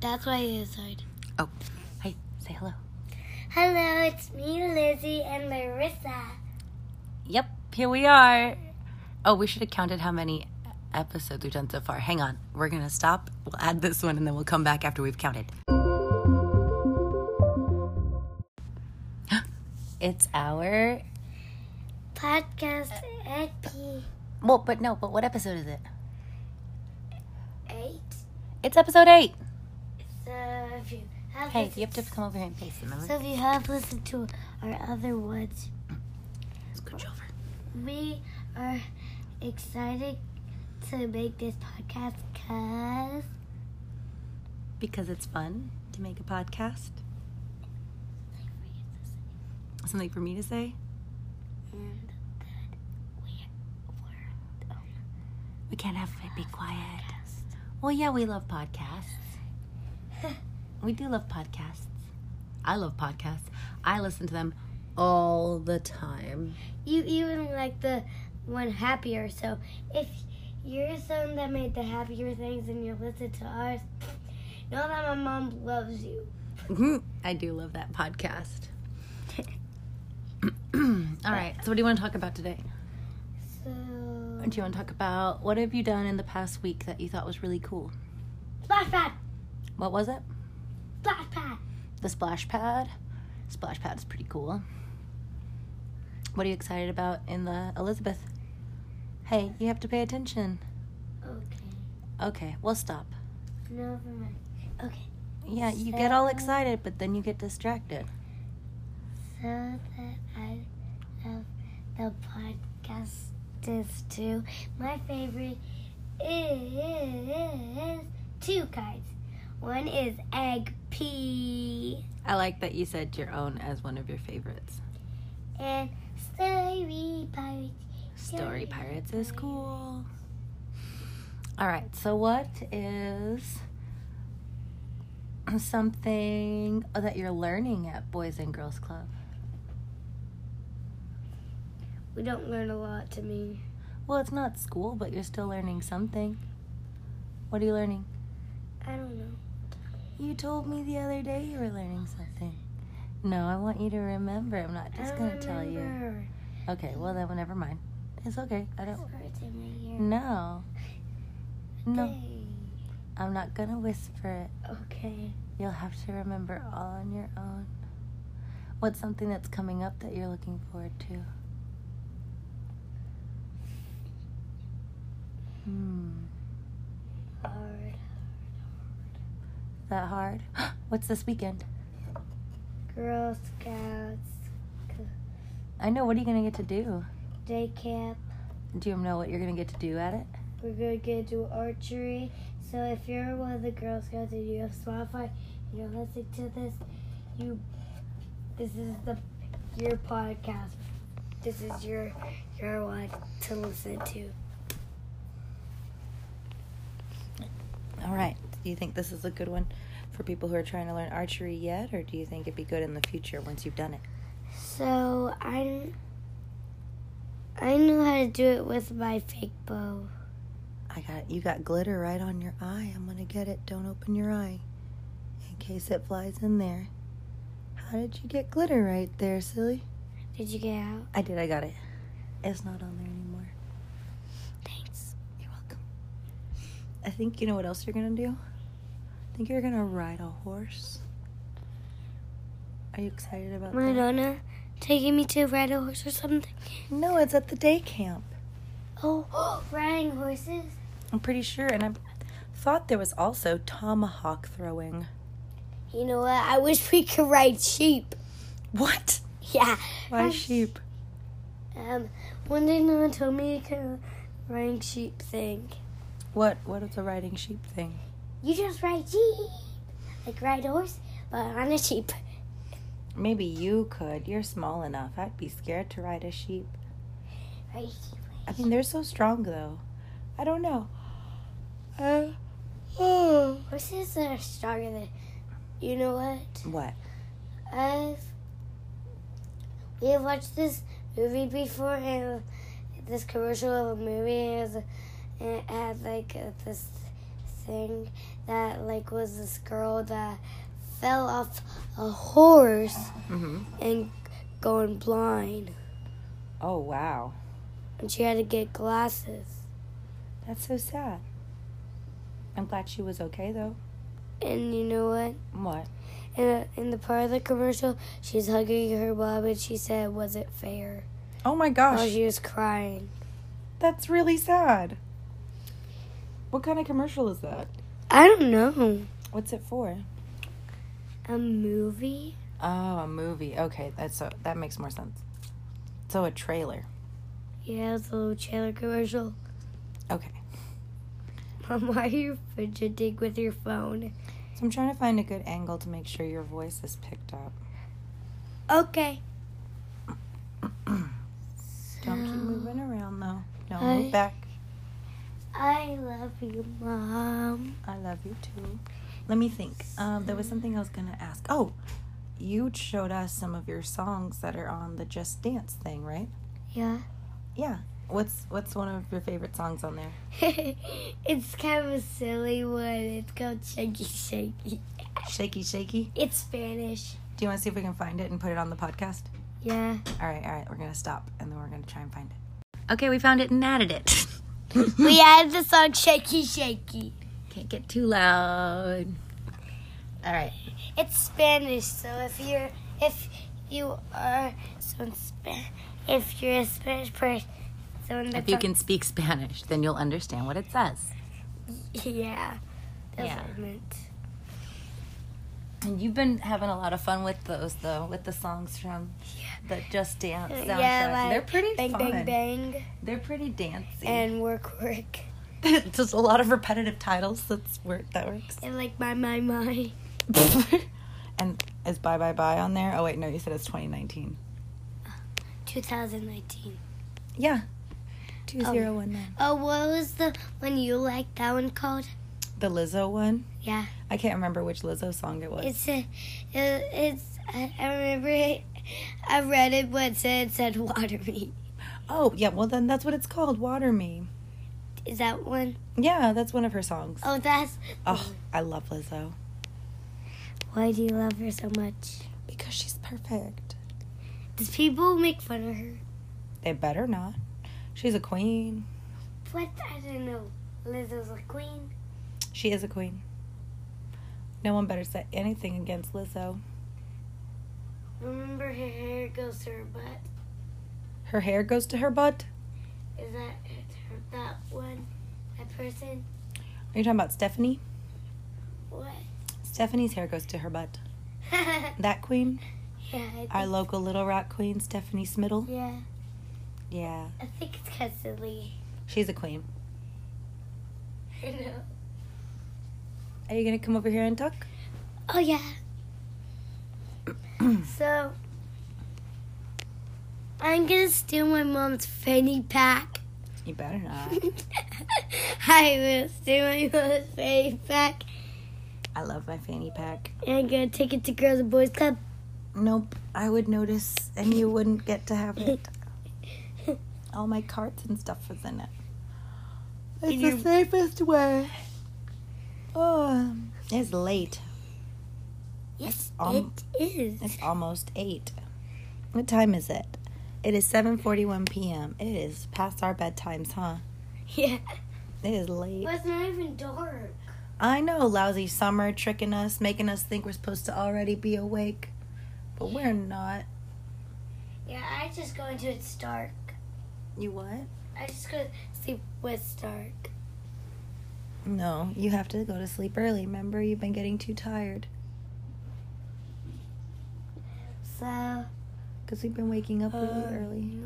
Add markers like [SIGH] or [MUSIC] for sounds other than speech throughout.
That's why he hard. Oh, hey, say hello. Hello, it's me, Lizzie and Larissa. Yep, here we are. Oh, we should have counted how many episodes we've done so far. Hang on, we're gonna stop. We'll add this one and then we'll come back after we've counted. [GASPS] it's our. Podcast EP Well, but no, but what episode is it? 8. It's episode eight. So if you have Hey, listened- you have to come over here and face them. so if you have listened to our other ones, Scooch over. we are excited to make this podcast because Because it's fun to make a podcast. Something for me to say. and that we were on We can't have it be quiet. Well, yeah, we love podcasts. [LAUGHS] we do love podcasts. I love podcasts. I listen to them all the time. [LAUGHS] You even like the one happier. So if you're someone that made the happier things and you listen to ours, know that my mom loves you. I do love that podcast. [CLEARS THROAT] all right, so what do you want to talk about today? So Do you want to talk about what have you done in the past week that you thought was really cool? splash pad, What was it? splash pad. The splash pad. Splash pad is pretty cool. What are you excited about in the Elizabeth? Hey, you have to pay attention. Okay, Okay, we'll stop. never mind. Okay, Yeah, you get all excited, but then you get distracted. so that I love the podcast is too. My favorite is two kinds. One is egg pea. I like that you said your own as one of your favorites. and story pirates. Story Pirates is cool. All right, so what is [CLEARS THROAT] something that you're learning at Boys and Girls Club? We don't learn a lot to me. Well, it's not school, but you're still learning something. What are you learning? I don't know. You told me the other day you were learning something. No, I want you to remember. I'm not just I going don't to tell you. remember. Okay, well, then, well, never mind. It's okay. I don't. It hurts in my ear. No. No, Dang. I'm not going to whisper it. Okay. You'll have to remember all on your own. What's something that's coming up that you're looking forward to? Hmm. Hard. That hard? [GASPS] What's this weekend? Girl Scouts I know. What are you going to get to do? day camp. Do you know what you're going to get to do at it? We're gonna get to archery. So if you're one of the Girl Scouts and you have Spotify and you're listening to this, you this is the your podcast. This is your your one to listen to. All right. Do you think this is a good one for people who are trying to learn archery yet, or do you think it'd be good in the future once you've done it? So I I knew how to do it with my fake bow. I got you got glitter right on your eye. I'm gonna get it. Don't open your eye, in case it flies in there. How did you get glitter right there, silly? Did you get out? I did. I got it. It's not on there anymore. Thanks. You're welcome. I think you know what else you're gonna do. I think you're gonna ride a horse. Are you excited about My that? nonna taking me to ride a horse or something. No, it's at the day camp. Oh, [GASPS] riding horses. I'm pretty sure, and I thought there was also tomahawk throwing. You know what? I wish we could ride sheep. What? [LAUGHS] Yeah. Why Um, sheep? Um, one day Nana told me you could ride sheep thing. What? What is a riding sheep thing? You just ride sheep, like ride a horse, but on a sheep. Maybe you could. You're small enough. I'd be scared to ride a sheep. Ride sheep. I mean, they're so strong, though. I don't know. Uh, oh. Horses are stronger than. You know what? What? I've we have watched this movie before and this commercial of a movie and it, was, and it had like uh, this thing that like was this girl that fell off a horse Mm-hmm. and going blind, Oh wow, and she had to get glasses. that's so sad. I'm glad she was okay though. And you know what? What? In, in the part of the commercial, she's hugging her mom, and she said, "Was it fair?" Oh my Oh, gosh, she was crying. that's really sad. What kind of commercial is that? I don't know. What's it for? A movie? Oh, a movie. Okay, that's so that makes more sense. So a trailer. Yeah, it's a little trailer commercial. [LAUGHS] Okay. Mom, why are you fidgeting with your phone? So I'm trying to find a good angle to make sure your voice is picked up. [CLEARS THROAT] Okay. Don't Um, keep moving around though. Don't I- move back. I love you, Mom. I love you too. Let me think. Um, there was something I was gonna ask. Oh, you showed us some of your songs that are on the Just Dance thing, right? Yeah. [LAUGHS] Yeah. What's What's one of your favorite songs on there? it's kind of a silly one. It's called Shaky Shaky. Shaky, shaky. It's Spanish. Do you want to see if we can find it and put it on the podcast? Yeah. All right, all right. We're gonna stop and then we're gonna try and find it. Okay, we found it and added [LAUGHS] it. We added the song Shaky Shaky. Can't get too loud. All right. It's Spanish, so if you're if you are so in Spa- if you're a Spanish person, so in the If you can speak Spanish, then you'll understand what it says. [LAUGHS] yeah, that's Yeah. what I meant. And you've been having a lot of fun with those, though, with the songs from the Just Dance soundtrack. They're pretty bang, fun. bang, bang, They're pretty dancey. and work, work, [LAUGHS] just a lot of repetitive titles. That's work. That works. [LAUGHS] [LAUGHS] and like my, my, my. and is Bye Bye Bye on there? Oh wait, no, you said it's 2019. 2019. Yeah. Two zero one nine. Oh, what was the one you liked? That one called? The Lizzo one. Yeah, I can't remember which Lizzo song it was. it's a, it, it's. I, I remember it. I read it once and it said "Water Me." oh yeah, well then that's what it's called. Water Me. Is that one? Yeah, that's one of her songs. Oh, that's. Oh, I love Lizzo Why do you love her so much? because she's perfect. Does people make fun of her? They better not. She's a queen. What? I don't know. Lizzo's a queen. She is a queen. No one better say anything against Lizzo. Remember her hair goes to her butt. Her hair goes to her butt. Is that her, that one? That person? Are you talking about Stephanie? What? [LAUGHS] Stephanie's hair goes to her butt. yeah. That queen, I our think- local Little Rock queen, Stephanie Smiddle. yeah. Yeah, I think it's because silly. she's a queen. I know. Are you gonna come over here and talk? Oh [CLEARS THROAT] yeah. so I'm gonna steal my mom's fanny pack. [LAUGHS] You better not. I will steal my mom's fanny pack. I love my fanny pack. And I'm gonna take it to Girls and Boys Club. Nope, I would notice, and you wouldn't get to have [LAUGHS] it. All my cards and stuff was in it. It's the safest way. Oh, it's late. Yes, Um, it is. It's almost eight. What time is it? It is seven forty-one p.m. It is past our bedtimes, huh? Yeah. It is late. But it's not even dark. I know, lousy summer tricking us, making us think we're supposed to already be awake, but we're not. Yeah, I just go into it's dark. You what? I just go to sleep when it's dark. No, you have to go to sleep early. Remember, you've been getting too tired So because we've been waking up really Uh, early.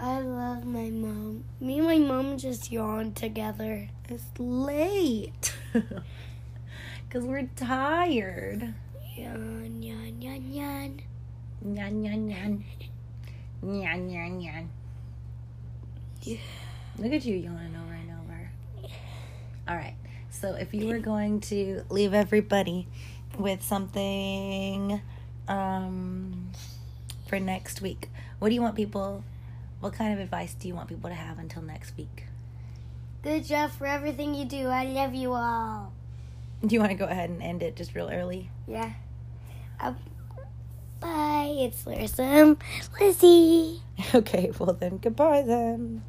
I love my mom. Me and my mom just yawned together. It's late [LAUGHS] because we're tired. Yawn, yawn, yawn, yawn. Nyan nyan nyan, nyan nyan nyan. Yeah. Look at you yawning over and over. All right. So if you were going to leave everybody with something um, for next week, what do you want people? What kind of advice do you want people to have until next week? Good job for everything you do. I love you all. Do you want to go ahead and end it just real [LAUGHS] early? Yeah. Um, bye. It's Larissa. um, Lizzie. Okay, well then, goodbye then.